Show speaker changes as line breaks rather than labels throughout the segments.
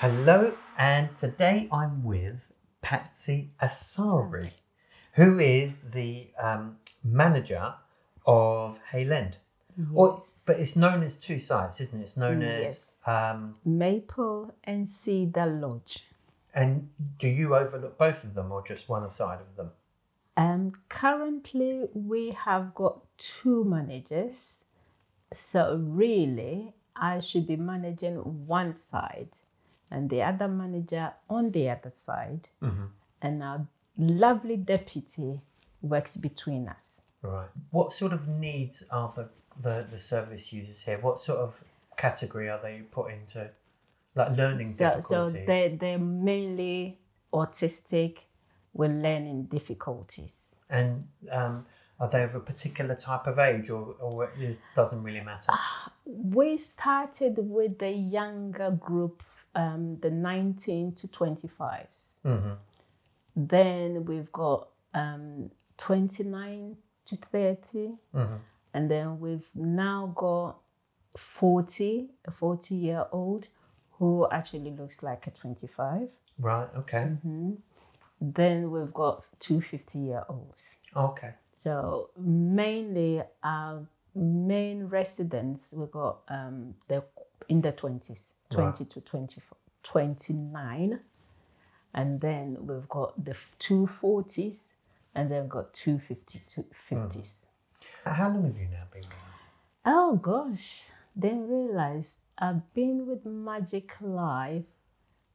Hello, and today I'm with Patsy Asari, who is the um, manager of Hayland. Or, but it's known as two sites, isn't it? It's known as.
Mm, Yes.
Um,
Maple and Cedar Lodge.
and do you overlook both of them or just one side of them?
Um, currently, we have got two managers. So, really, I should be managing one side and the other manager on the other side. And our lovely deputy works between us.
Right. What sort of needs are the, the, the service users here? What sort of category are they put into? Like learning
So,
difficulties?
so they, they're mainly autistic with learning difficulties.
And um, are they of a particular type of age, or, or it doesn't really matter?
We started with the younger group, um, the 19 to 25s. Then we've got um, 29 to 30. And then we've now got 40, a 40 year old who actually looks like a 25.
Right. Okay.
Mm-hmm. Then we've got two 50 year olds.
Okay.
So mainly our main residents we got um the in the twenties, twenty to 24, 29. and then we've got the two forties, and then got two fifty to fifties.
How long have you now been? with them?
Oh gosh, then realized I've been with Magic Life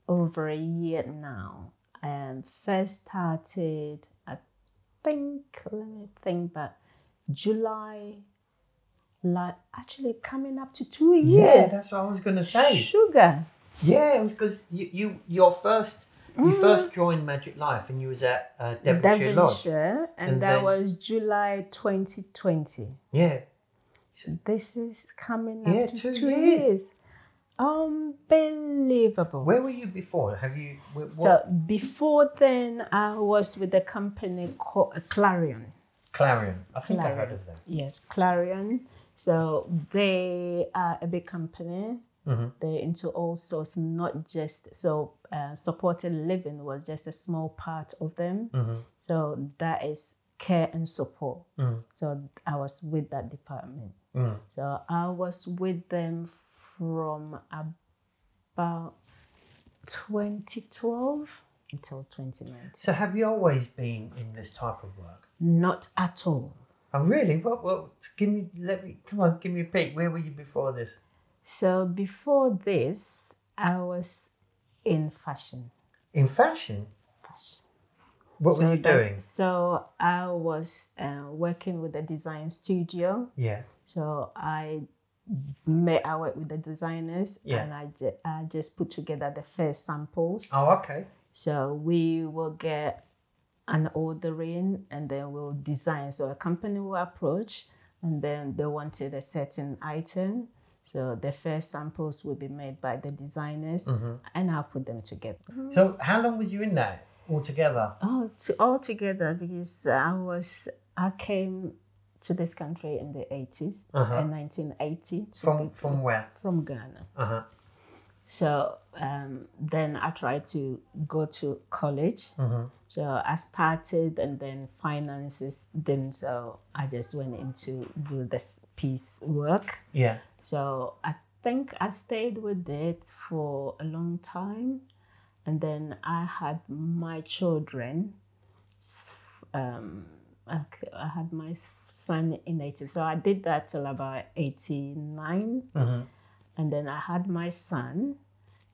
over a year now. And first started, I think, let me think, but July, like actually coming up to two
Yeah,
years.
that's what I was going to say.
Sugar.
Yeah, it was because you, you your first you
Mm-hmm.
first joined Magic Life and you was at uh, Devonshire Lodge.
Devonshire, and,
And
that
then-
was July 2020.
Yeah.
This is coming up
Yeah,
to
two
two,
years.
years. Unbelievable.
Where were you before? Have you? wh- What,
So before then, I was with a company called Clarion.
Clarion. I think I heard of them.
Yes, Clarion. So they are a big company. They're into all sorts, not just so uh, supported living was just a small part of them. So that is care and support. So I was with that department. So I was with them from about 2012 until 2019.
So have you always been in this type of work?
Not at all.
Oh, really? What? What? Give me. Let me. Come on. Give me a peek. Where were you before this?
So before this, I was in fashion.
In fashion.
Fashion.
What
So
were you
that's-
doing?
So I was uh, working with a design studio.
Yeah.
So I met I worked with the designers
Yeah.
and I, ju- I just put together the first samples.
Oh, okay.
So we will get an ordering and then we'll design. So a company will approach and then they wanted a certain item. So the first samples will be made by the designers and I'll put them together.
So how long was you in that altogether?
Oh, to all together because I was I came to this country in the uh, 80s in 1980 to-
From from where?
from Ghana.
Uh-huh.
So um, then I tried to go to college. So I started, and then finances didn't. So I just went into do this piece work.
Yeah.
So I think I stayed with it for a long time. And then I had my children. s- Um, I, c- I had my s- son in 80. So I did that till about 89. And then I had my son.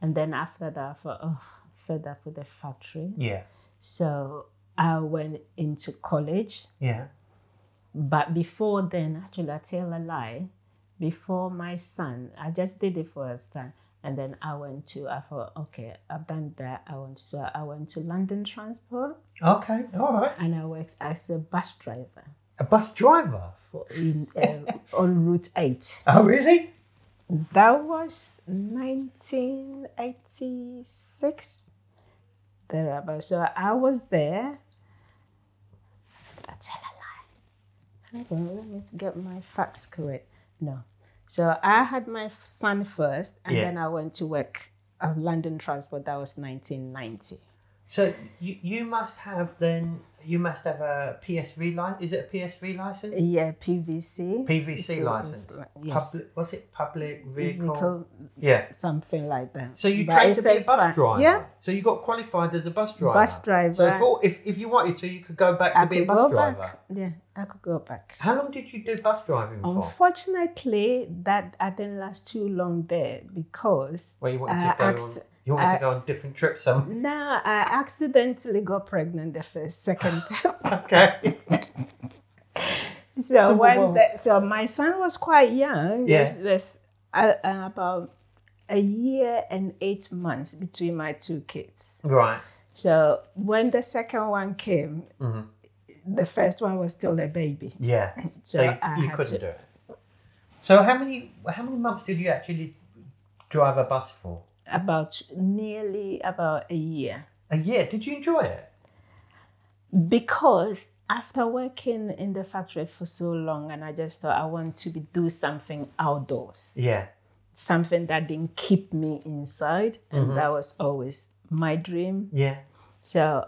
And then after that, I thought, oh, fed up with the factory.
Yeah.
So I went into college.
Yeah.
But before then, actually, I tell a lie. Before my son, I just did it for a time, and then I went to. I thought, okay, I've done that. I went to. So I went to London Transport,
Okay. All right.
and I worked as a bus driver
A bus driver.
for in uh, on Route Eight.
Oh, really?
That was nineteen eighty six. Thereabout. So I was there. I tell a lie. Hold on, let me get my facts correct. No. So I had my f- son first, and
Yeah.
then I went to work uh, London Transport. That was 1990.
So you, you must have then you must have a PSV license. Is it a PSV license?
Yeah, PVC.
PVC
So,
license.
Yes.
Public, was it public vehicle?
Vehicle,
Yeah.
something like that.
So you
But
trained
it
to be a
says
bus
fine.
driver.
Yeah,
So you got qualified as a bus driver.
Bus driver.
So if, all- if, if you wanted to, you could go back to
I
be a
could
bus
go
driver.
back. Yeah, I could go back.
How long did you do bus driving
Oh,
for?
Unfortunately, that I didn't last too long there because
Well, you wanted
I
to go
acc-
on, you wanted
I-
to go on different trips. Some
now I accidentally got pregnant the first second time.
okay.
So
So
when
what-
the, so my son was quite young.
Yeah.
Yes, There's, uh, uh, about a year and eight months between my two kids.
Right.
So when the second one came,
Mhm.
the first one was still a baby.
Yeah. So,
So
you-
I
you,
had
couldn't
to-
do it. So how many how many months did you actually drive a bus for?
About nearly about a year.
A year. Did you enjoy it?
because after working in the factory for so long and i just thought i want to be, do something outdoors
Yeah.
something that didn't keep me inside
Mm-hmm.
and that was always my dream
Yeah.
so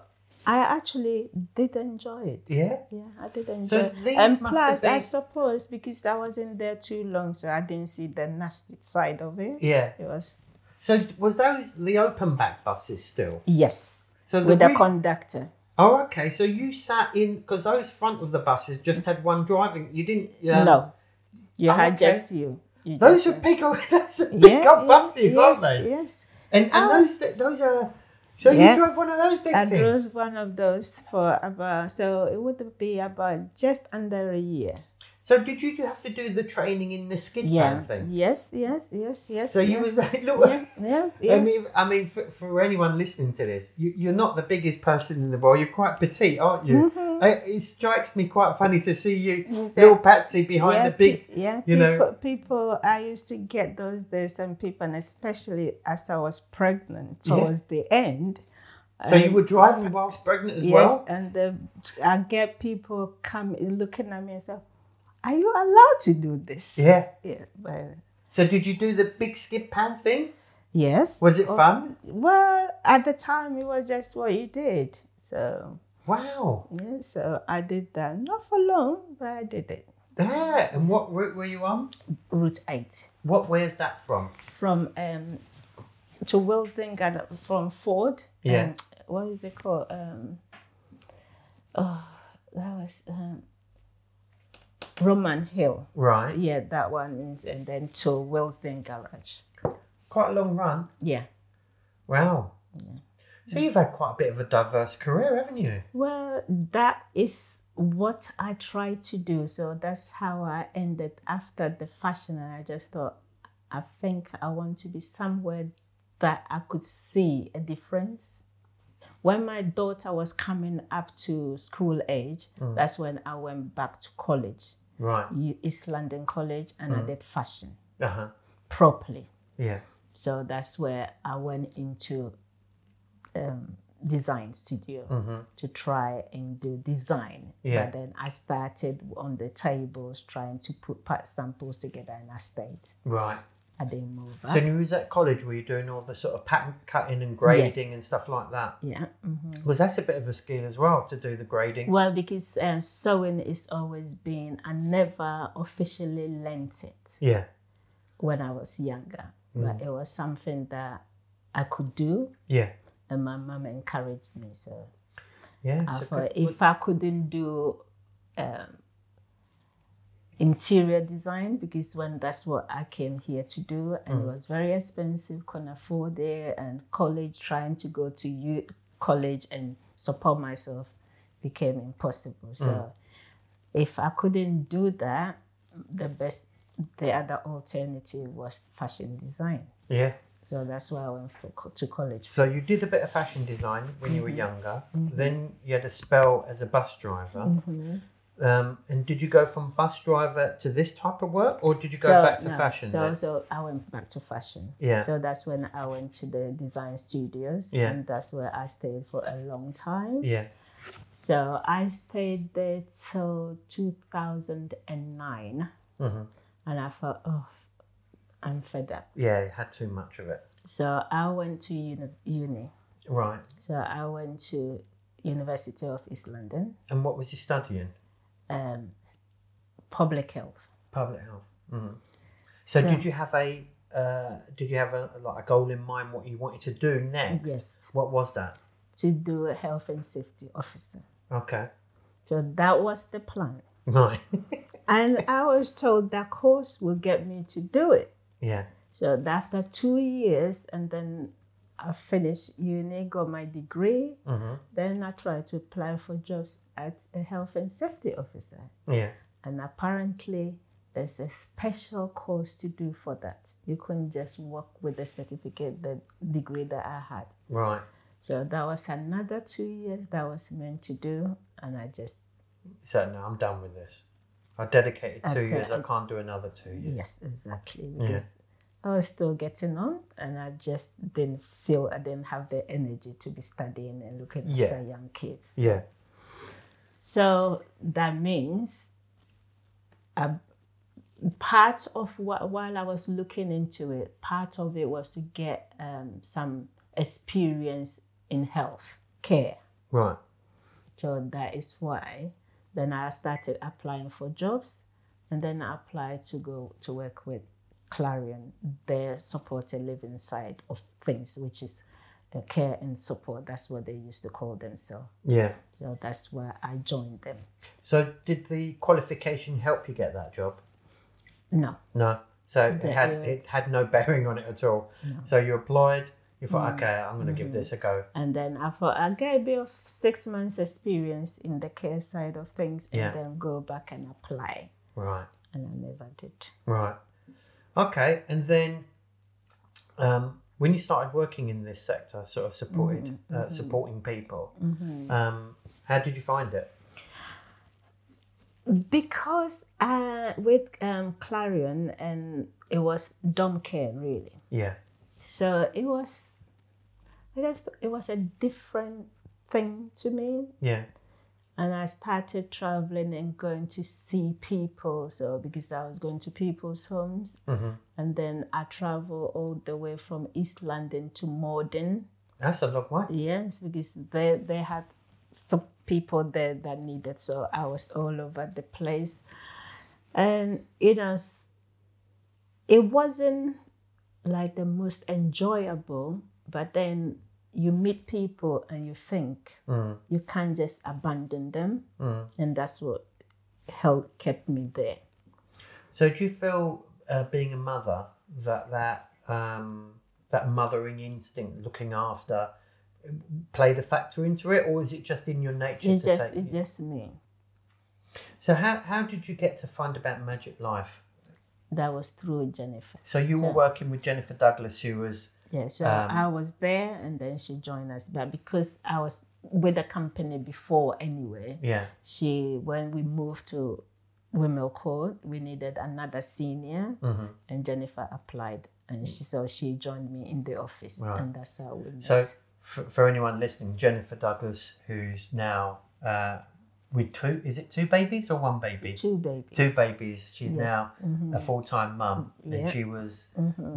i actually did enjoy it
Yeah.
yeah i did enjoy
So
it
these
and
must
plus
have
i
been-
suppose because i wasn't there too long so i didn't see the nasty side of it
Yeah.
it was
So was those the open back buses still?
yes
So
with the
really-
conductor
Oh, okay. So you sat in because those front of the buses just had one driving. You didn't. Um,
no you
Oh,
had
okay.
just you, You
Those
just
are
went.
big. old- Those are big
Yeah,
old
yes,
buses, aren't
yes,
they?
Yes.
And, and
Oh.
those those are. So
Yeah.
you drove one of those big
I
things.
drove one of those for about, so it would be about just under a year.
So did you have to do the training in the skid pan thing?
Yes, yes, yes, yes.
So you
yes,
was like, look.
yes, yes,
I
yes.
mean, I mean, for, for anyone listening to this, you, you're not the biggest person in the world. You're quite petite, aren't you?
Mm-hmm.
It, it strikes me quite funny to see you, little Patsy, behind
yeah,
the big.
pe- yeah,
you know-
people, people. I used to get those days, and people, and especially as I was pregnant
Yeah.
towards the end.
So you were driving whilst pregnant as
Um, yes,
well.
and the, I get people come looking at me and say, "Are you allowed to do this?"
Yeah.
yeah, but
So did you do the big skip pan thing?
yes.
Was it
Oh,
fun?
Well, at the time, it was just what you did. So,
Wow.
yeah, so I did that. Not for long, but I did it.
There. And what route were you on?
Route 8
What? Where's that from?
from um, to Wilsden Garden from Ford.
Yeah.
um, what is it called? Um, oh, that was um, Roman Hill.
Right.
Yeah, that one. is- And then to Wilsden Garage.
Quite a long run.
Yeah.
Wow. So you've had quite a bit of a diverse career, haven't you?
Well, that is what I tried to do. So that's how I ended after the fashion. And I just thought, I think I want to be somewhere that I could see a difference. When my daughter was coming up to school age, that's when I went back to college,
Right.
U- East London College, and I did fashion
Uh huh.
properly.
Yeah.
So that's where I went into um, design studio to try and do design.
Mm-hmm. Yeah.
But then I started on the tables trying to put part samples together and I stayed.
Right.
I didn't move up.
So when you was at college, were you doing all the sort of pattern cutting and grading and stuff like that?
yeah. mhm.
Because that's a bit of a skill as well to do the grading.
Well, because uh, sewing is always been, I never officially learnt it.
Yeah.
when I was younger,
Mm.
but it was something that I could do,
Yeah.
and my mum encouraged me. So
Yeah.
I
so
thought
good-
if I couldn't do um, interior design, because when that's what I came here to do, and it was very expensive, couldn't afford it, and college, trying to go to U- college and support myself became impossible. So if I couldn't do that, the best, the other alternative was fashion design.
yeah.
So that's why I went for, co- to college.
So you did a bit of fashion design when you were
Mm-hmm.
younger. Then you had a spell as a bus driver.
Mm-hmm.
Um, and did you go from bus driver to this type of work, or did you go back to
no,
fashion?
So,
then?
so I went back to fashion.
Yeah.
So that's when I went to the design studios.
Yeah.
And that's where I stayed for a long time.
Yeah.
So I stayed there till 2009.
Mm-hmm.
And I thought, oh, I'm fed up.
Yeah. You had too much of it.
So I went to uni. uni.
Right.
So I went to University of East London,
And what was you studying?
um, public health.
Public health. Mm. So,
So-
did you have a uh, did you have a like a goal in mind what you wanted to do next?
Yes,
What was that?
to do a health and safety officer.
Okay.
So that was the plan.
Right.
And I was told that course will get me to do it.
yeah.
So after two years, and then I finished uni, got my degree. Then I tried to apply for jobs as a health and safety officer.
Yeah.
And apparently, there's a special course to do for that. You couldn't just work with the certificate, the degree that I had.
Right.
So that was another two years that was meant to do, and I just
So no, I'm done with this. I dedicated two
That's it.
years. I can't do another two years.
Yes, exactly. Because I was still getting on and I just didn't feel I didn't have the energy to be studying and looking
Yeah.
after young kids.
Yeah.
So that means a part of what while I was looking into it, part of it was to get um, some experience in health care.
Right.
So that is why then I started applying for jobs and then I applied to go to work with Clarion, their supported living side of things, which is uh, care and support. That's what they used to call themselves.
Yeah.
So that's where I joined them.
So did the qualification help you get that job?
No,
No. So it
Didn't
had
do it.
it had no bearing on it at all. So you applied. You
Mm-hmm.
thought, okay, I'm going to give this a go.
And then I thought I'll get a bit of six months experience in the care side of things and
Yeah.
then go back and apply.
Right.
And I never did.
Right. Okay. And then, um, when you started working in this sector, sort of supported Uh, supporting people, um, how did you find it?
Because uh, with um, Clarion, and it was dumb care really.
Yeah.
So it was, I guess it was a different thing to me.
Yeah.
And I started traveling and going to see people. So because I was going to people's homes, and then I traveled all the way from East London to Morden.
That's a long way.
Yes, because they they had some people there that needed, so I was all over the place, and you know, s- it wasn't like the most enjoyable. But then you meet people and you think
Mm.
you can't just abandon them, and that's what help kept me there.
So do you feel uh, being a mother that that um, that mothering instinct, looking after, played a factor into it, or is it just in your nature
It's
to
just
take?
it's just me.
So how how did you get to find about Magic Life?
That was through Jennifer.
So you were working with Jennifer Douglas, who was
Yeah, so I was there and then she joined us. But because I was with the company before anyway,
yeah
she when we moved to Women Court, we needed another senior and Jennifer applied and she so she joined me in the office and that's how we met.
So, for, for anyone listening, Jennifer Douglas, who's now uh, with two, is it two babies or one baby?
two babies.
Two babies. She's now a full time mum, and
Mm-hmm. yeah. Mm-hmm.
she was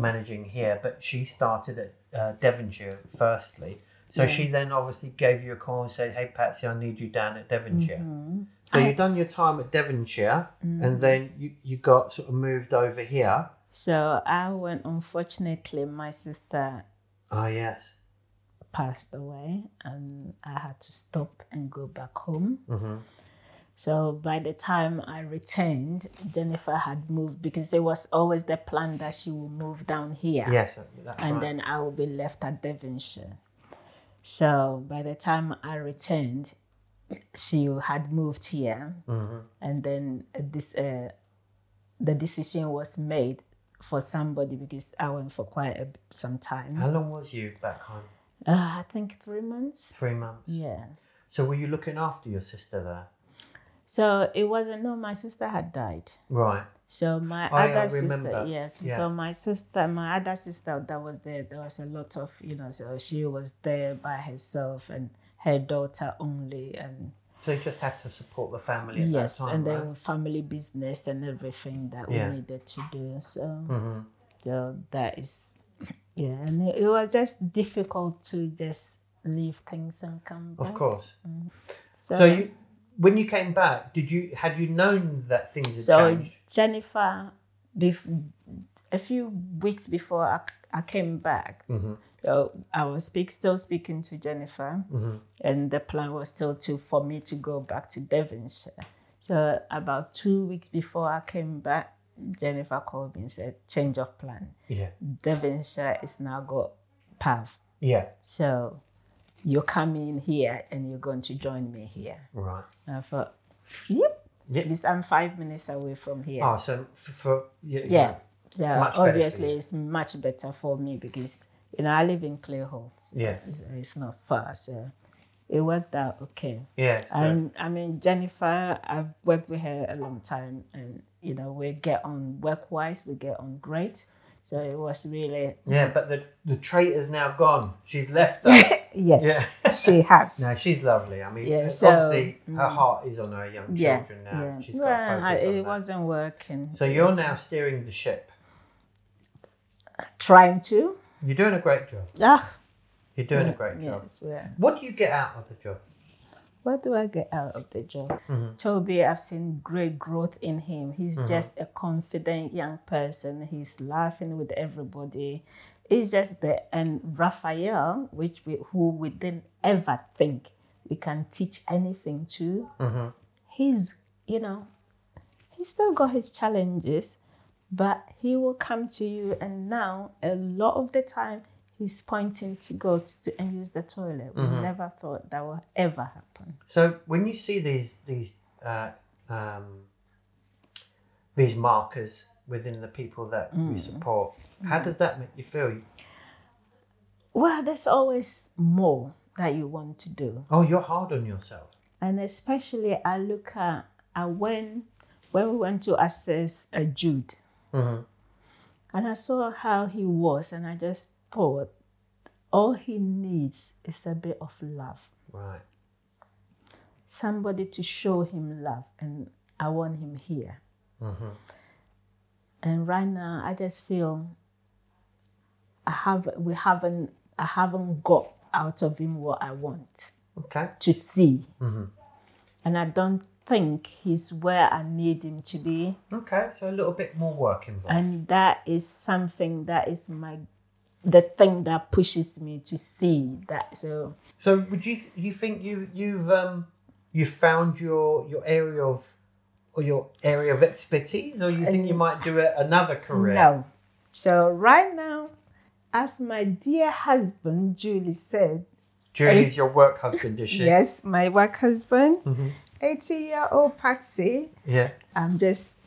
managing here, but she started at uh, Devonshire firstly. So she then obviously gave you a call and said, "Hey Patsy, I need you down at Devonshire."
Mm-hmm.
So you've done your time at Devonshire, and then you, you got sort of moved over here.
So I went unfortunately my sister
Ah yes,
passed away and I had to stop and go back home. So by the time I returned, Jennifer had moved because it was always the plan that she will move down here
yes, that's
and
right.
then I will be left at Devonshire. So by the time I returned, she had moved here, and then this uh, the decision was made for somebody because I went for quite a, some time.
How long was you back home?
Uh, I think three months.
Three months.
Yeah.
So were you looking after your sister there?
So it wasn't no. My sister had died.
Right.
So my
I,
other
uh,
sister,
remember.
yes.
Yeah.
So my sister, my other sister that was there, there was a lot of you know. So she was there by herself and her daughter only, and
So you just had to support the family at
yes,
that time,
and
right?
then family business and everything that
Yeah. Mm-hmm.
we needed to do. So, so that is Yeah, and it, it was just difficult to just leave things and come back.
Of course. So you, when you came back, did you had you known that things had
So
changed?
Jennifer, bef- a few weeks before I, I came back, so I was speak, still speaking to Jennifer, and the plan was still to for me to go back to Devonshire. So about two weeks before I came back, Jennifer called me and said, "Change of plan.
Yeah.
Devonshire is now got PAV,
Yeah.
so you're coming here and you're going to join me here."
Right.
And I thought, "Yep,
Yeah.
at least I'm five minutes away from here."
Oh, so for, for yeah,
Yeah. So
much better for
obviously
you.
it's much better for me because you know I live in Clayhole.
Yeah.
It's, it's not far, so it worked out okay.
Yeah. it's good.
And I mean Jennifer, I've worked with her a long time, and you know we get on work wise, we get on great. So it was really
yeah, but the the traitor's now gone. She's left us.
yes, she has.
No, she's lovely. I mean,
Yeah,
it's
so- mm.
obviously her heart is on her young children
yes,
now.
yeah.
She's got to
Well, I,
focus on
it
that.
wasn't working.
So you're now steering the ship.
Trying to,
You're doing a great job.
ah,
You're doing a great job.
yes, well.
What do you get out of the job?
what do I get out of the job? Toby, I've seen great growth in him. He's just a confident young person. He's laughing with everybody. It's just the and Raphael, which we, who we didn't ever think we can teach anything to. He's you know, he's still got his challenges, but he will come to you. And now a lot of the time. He's pointing to go to, to and use the toilet. We never thought that would ever happen.
So when you see these these uh, um, these markers within the people that
Mm.
we support, how does that make you feel?
Well, there's always more that you want to do.
Oh, you're hard on yourself.
And especially I look at I when when we went to assess a Jude. And I saw how he was and I just thought all he needs is a bit of love.
Right.
Somebody to show him love and I want him here. And right now I just feel I have we haven't I haven't got out of him what I want.
Okay.
to see. And I don't think he's where I need him to be.
Okay. So a little bit more work involved.
And that is something that is my the thing that pushes me to see that. So
So would you th- you think you you've um you found your your area of or your area of expertise, or you think you might do a, another career?
no. So right now, as my dear husband Julie said,
Julie's your work husband, is she?
yes, my work husband, 80 year old Patsy,
Yeah.
I'm just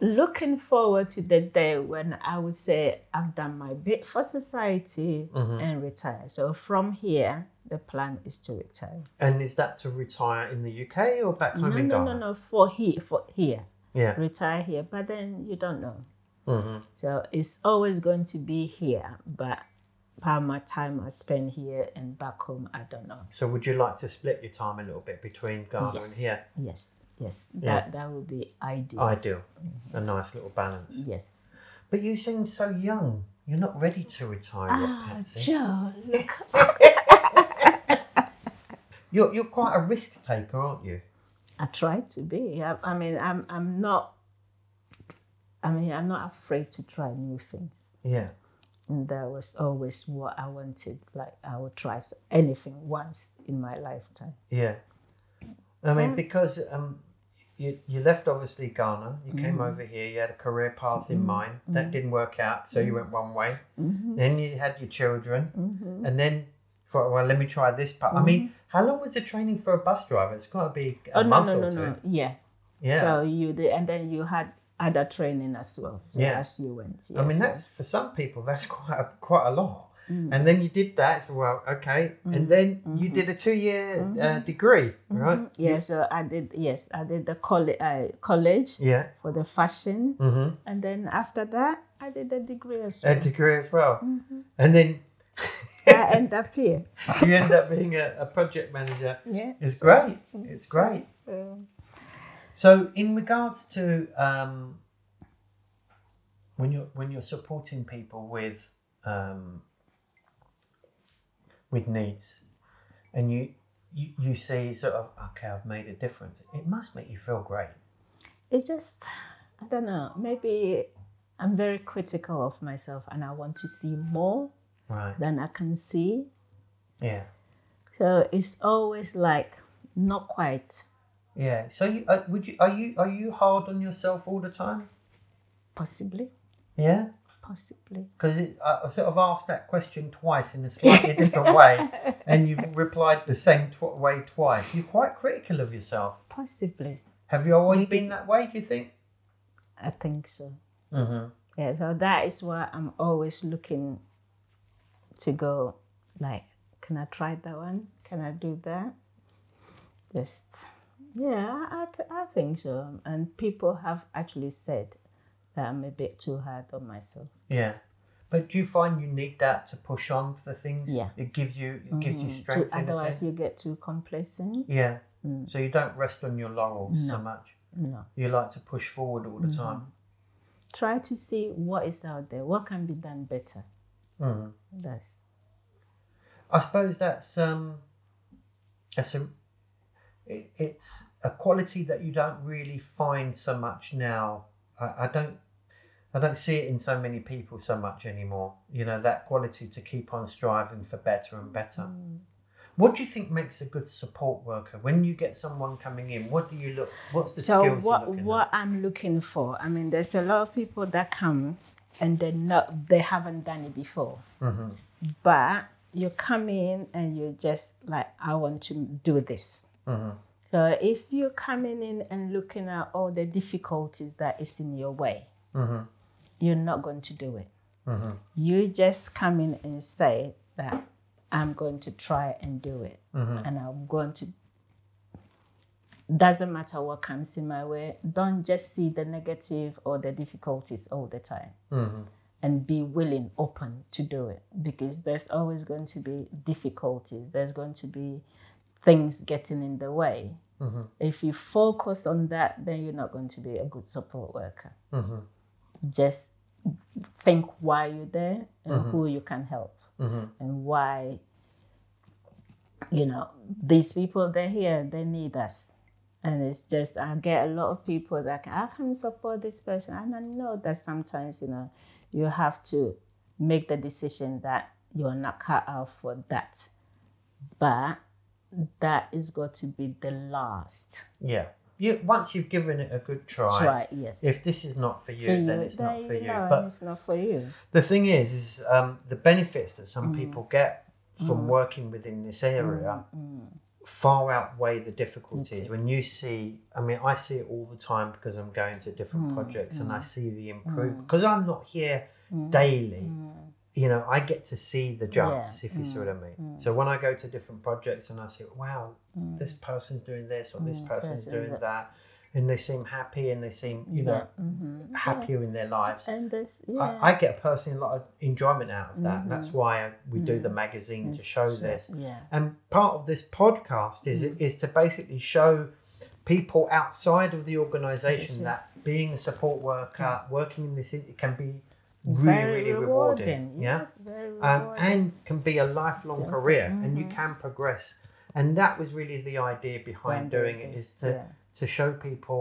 looking forward to the day when I would say I've done my bit for society
Mm-hmm.
and retire. So from here, the plan is to retire.
And is that to retire in the UK or back home
No,
in
no,
Ghana?
no, no. For here, for here,
Yeah.
retire here. But then you don't know.
Mm-hmm.
So it's always going to be here. But how much time I spend here and back home, I don't know.
So would you like to split your time a little bit between Ghana and here?
Yes, yes.
Yeah. Oh,
That that would be ideal.
Ideal. A nice little balance.
yes.
But you seem so young. You're not ready to retire yet,
Ah,
Patsy.
Joe, look
You're, you're quite a risk taker, aren't you?
I try to be. I, I mean, I'm I'm not. I mean, I'm not afraid to try new things.
Yeah.
And that was always what I wanted. Like I would try s- anything once in my lifetime.
Yeah. I mean, because um, you, you left obviously Ghana, you
Mm-hmm.
came over here, you had a career path in mind. That didn't work out, so you went one way.
Mm-hmm.
Then you had your children. And then, thought, well, let me try this part. I mean, how long was the training for a bus driver? It's got to be a
Mm-hmm. oh no
month
no no
or two.
no! Yeah.
Yeah.
So you did, and then you had other training as well.
Yeah.
As you went.
I mean,
Yes. Mm.
that's for some people. That's quite a, quite a lot. And then you did that. so, Well, okay. And then
Mm-hmm.
you did a two-year uh, degree, right?
Yeah. So I did. Yes, I did the college uh, college
Yeah.
for the fashion,
Mm-hmm.
and then after that, I did the degree as
A
well.
degree as well.
Mm-hmm.
And then
I end up here.
you end up being a, a project manager.
Yeah.
It's great. It's great.
So.
So, in regards to um, when you're when you're supporting people with um, with needs, and you, you you see sort of okay, I've made a difference. It must make you feel great.
It's just, I don't know, maybe I'm very critical of myself and I want to see more
Right.
than I can see.
Yeah.
So it's always like not quite
Yeah. So you uh, would you are you are you hard on yourself all the time?
possibly,
Yeah.
possibly.
Because I I sort of asked that question twice in a slightly different way, and you've replied the same tw- way twice. You're quite critical of yourself.
Possibly.
Have you always
Maybe
been
s-
that way? Do you think?
I think so.
Mm-hmm.
Yeah, so that is why I'm always looking to go like, can I try that one? Can I do that? Just yeah, I, th- I think so. And people have actually said that I'm a bit too hard on myself.
Yeah. But do you find you need that to push on for things?
Yeah.
It gives you it gives you strength.
Mm, Too-
in a
otherwise,
sense.
you get too complacent.
Yeah. So you don't rest on your laurels so much.
Mm. No, Mm-hmm.
You like to push forward all the time.
try to see what is out there. What can be done better?
Mm.
That's
I suppose that's um, that's a it, it's a quality that you don't really find so much now. I, I don't I don't see it in so many people so much anymore. You know that quality to keep on striving for better and better.
Mm.
What do you think makes a good support worker? When you get someone coming in, what do you look? What's the
so
skills
what
you're looking
what i'm looking for i mean there's a lot of people that come and they're not they haven't done it before
Mm-hmm.
but you come in and you're just like i want to do this
Mm-hmm.
so if you're coming in and looking at all the difficulties that is in your way
Mm-hmm.
you're not going to do it you just come in and say that i'm going to try and do it
Mm-hmm.
and i'm going to doesn't matter what comes in my way don't just see the negative or the difficulties all the time and be willing open to do it because there's always going to be difficulties there's going to be things getting in the way if you focus on that then you're not going to be a good support worker just think why you're there and who you can help and why you know these people they're here they need us and it's just i get a lot of people that i can support this person and i know that sometimes you know you have to make the decision that you're not cut out for that but that is going to be the last
at? Yeah. You, once you've given it a good try,
try yes
if this is not for you,
For
then
you,
it's not
then
for
you
you.
know, and
But
it's not for you
The thing is, is um, the benefits that some people get from working within this area far outweigh the difficulties. When you see, I mean, I see it all the time because I'm going to different projects and I see the improvement because I'm not here daily. You know, I get to see the jumps, if you see what I mean. So when I go to different projects and I see, wow, this person's doing this or this person's
person
doing that. and they seem happy and they seem, you know, happier in their lives.
and this yeah
I, I get personally a lot of enjoyment out of that. That's why we do the magazine to show this.
yeah
And part of this podcast is is to basically show people outside of the organisation that being a support worker, working in this, it can be really, really rewarding. Yeah.
Yes, very
Um,
rewarding.
and can be a lifelong career, and
Mm-hmm.
you can progress. And that was really the idea behind
When
doing
doing
it
this,
is to
yeah.
to show people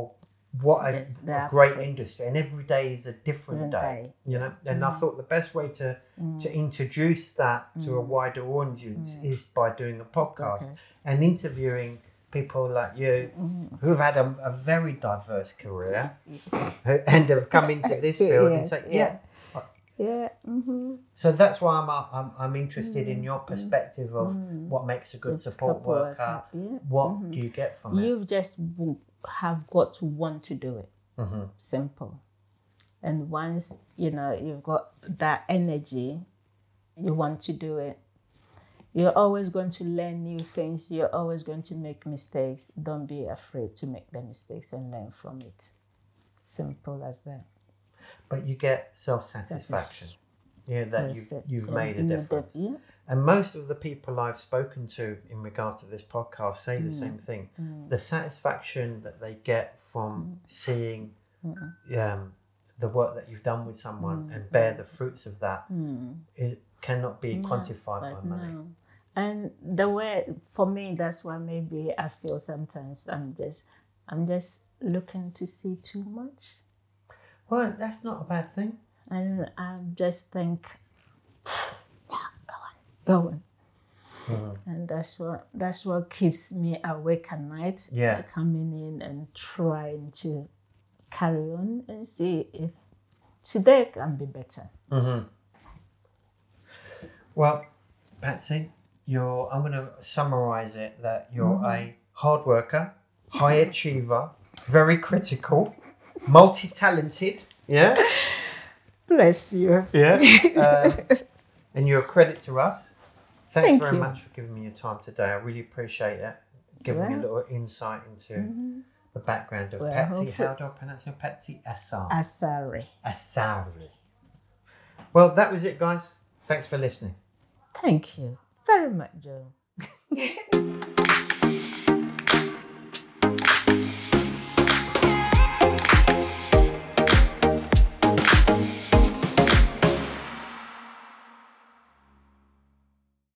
what a,
Yes,
a
the
great
applicants.
industry, and every day is a different
Different
day.
day. Mm-hmm. Mm.
You know, and I thought the best way to to introduce that to a wider audience is by doing a podcast
Podcast. Mm-hmm.
and interviewing people like you who have had a, a very diverse career who- and have come into this field and
Yes,
say,
yeah.
yeah
yeah mm-hmm.
so that's why I'm I'm, I'm interested
Mm,
in your perspective of what makes a good support,
support
worker.
worker, yeah. Mm-hmm.
What do you get from it?
you just w- have got to want to do it
Mm-hmm.
simple and once you know you've got that energy you want to do it you're always going to learn new things you're always going to make mistakes don't be afraid to make the mistakes and learn from it simple as that
But you get self satisfaction. Yeah, that
That's
you,
it.
you've
Yeah,
made a
do your diff-
difference.
yeah.
And most of the people I've spoken to in regards to this podcast say the
Mm.
same thing.
Mm.
The satisfaction that they get from seeing um, the work that you've done with someone
Mm.
and bear the fruits of that, it cannot be quantified by
But
money.
Mm. no. And the way for me, that's why maybe I feel sometimes I'm just I'm just looking to see too much.
Well, that's not a bad thing.
And I just think yeah, go on. Go on. And that's what that's what keeps me awake at night.
Yeah.
uh, Coming in and trying to carry on and see if today can be better.
Well, Patsy, you're. I'm going to summarise it that you're
Mm.
a hard worker, high achiever, very critical, multi-talented. Yeah,
Bless you.
yeah. Um, and you're a credit to us. Thanks
Thank
very
you.
much for giving me your time today. I really appreciate it. Giving a
Yeah. Mm-hmm.
little insight into the background of
Well,
Patsy.
hopefully-
How do I pronounce your Patsy? Assar.
Asari.
Assari. Well, that was it, guys. Thanks for listening.
Thank you very much, Joe.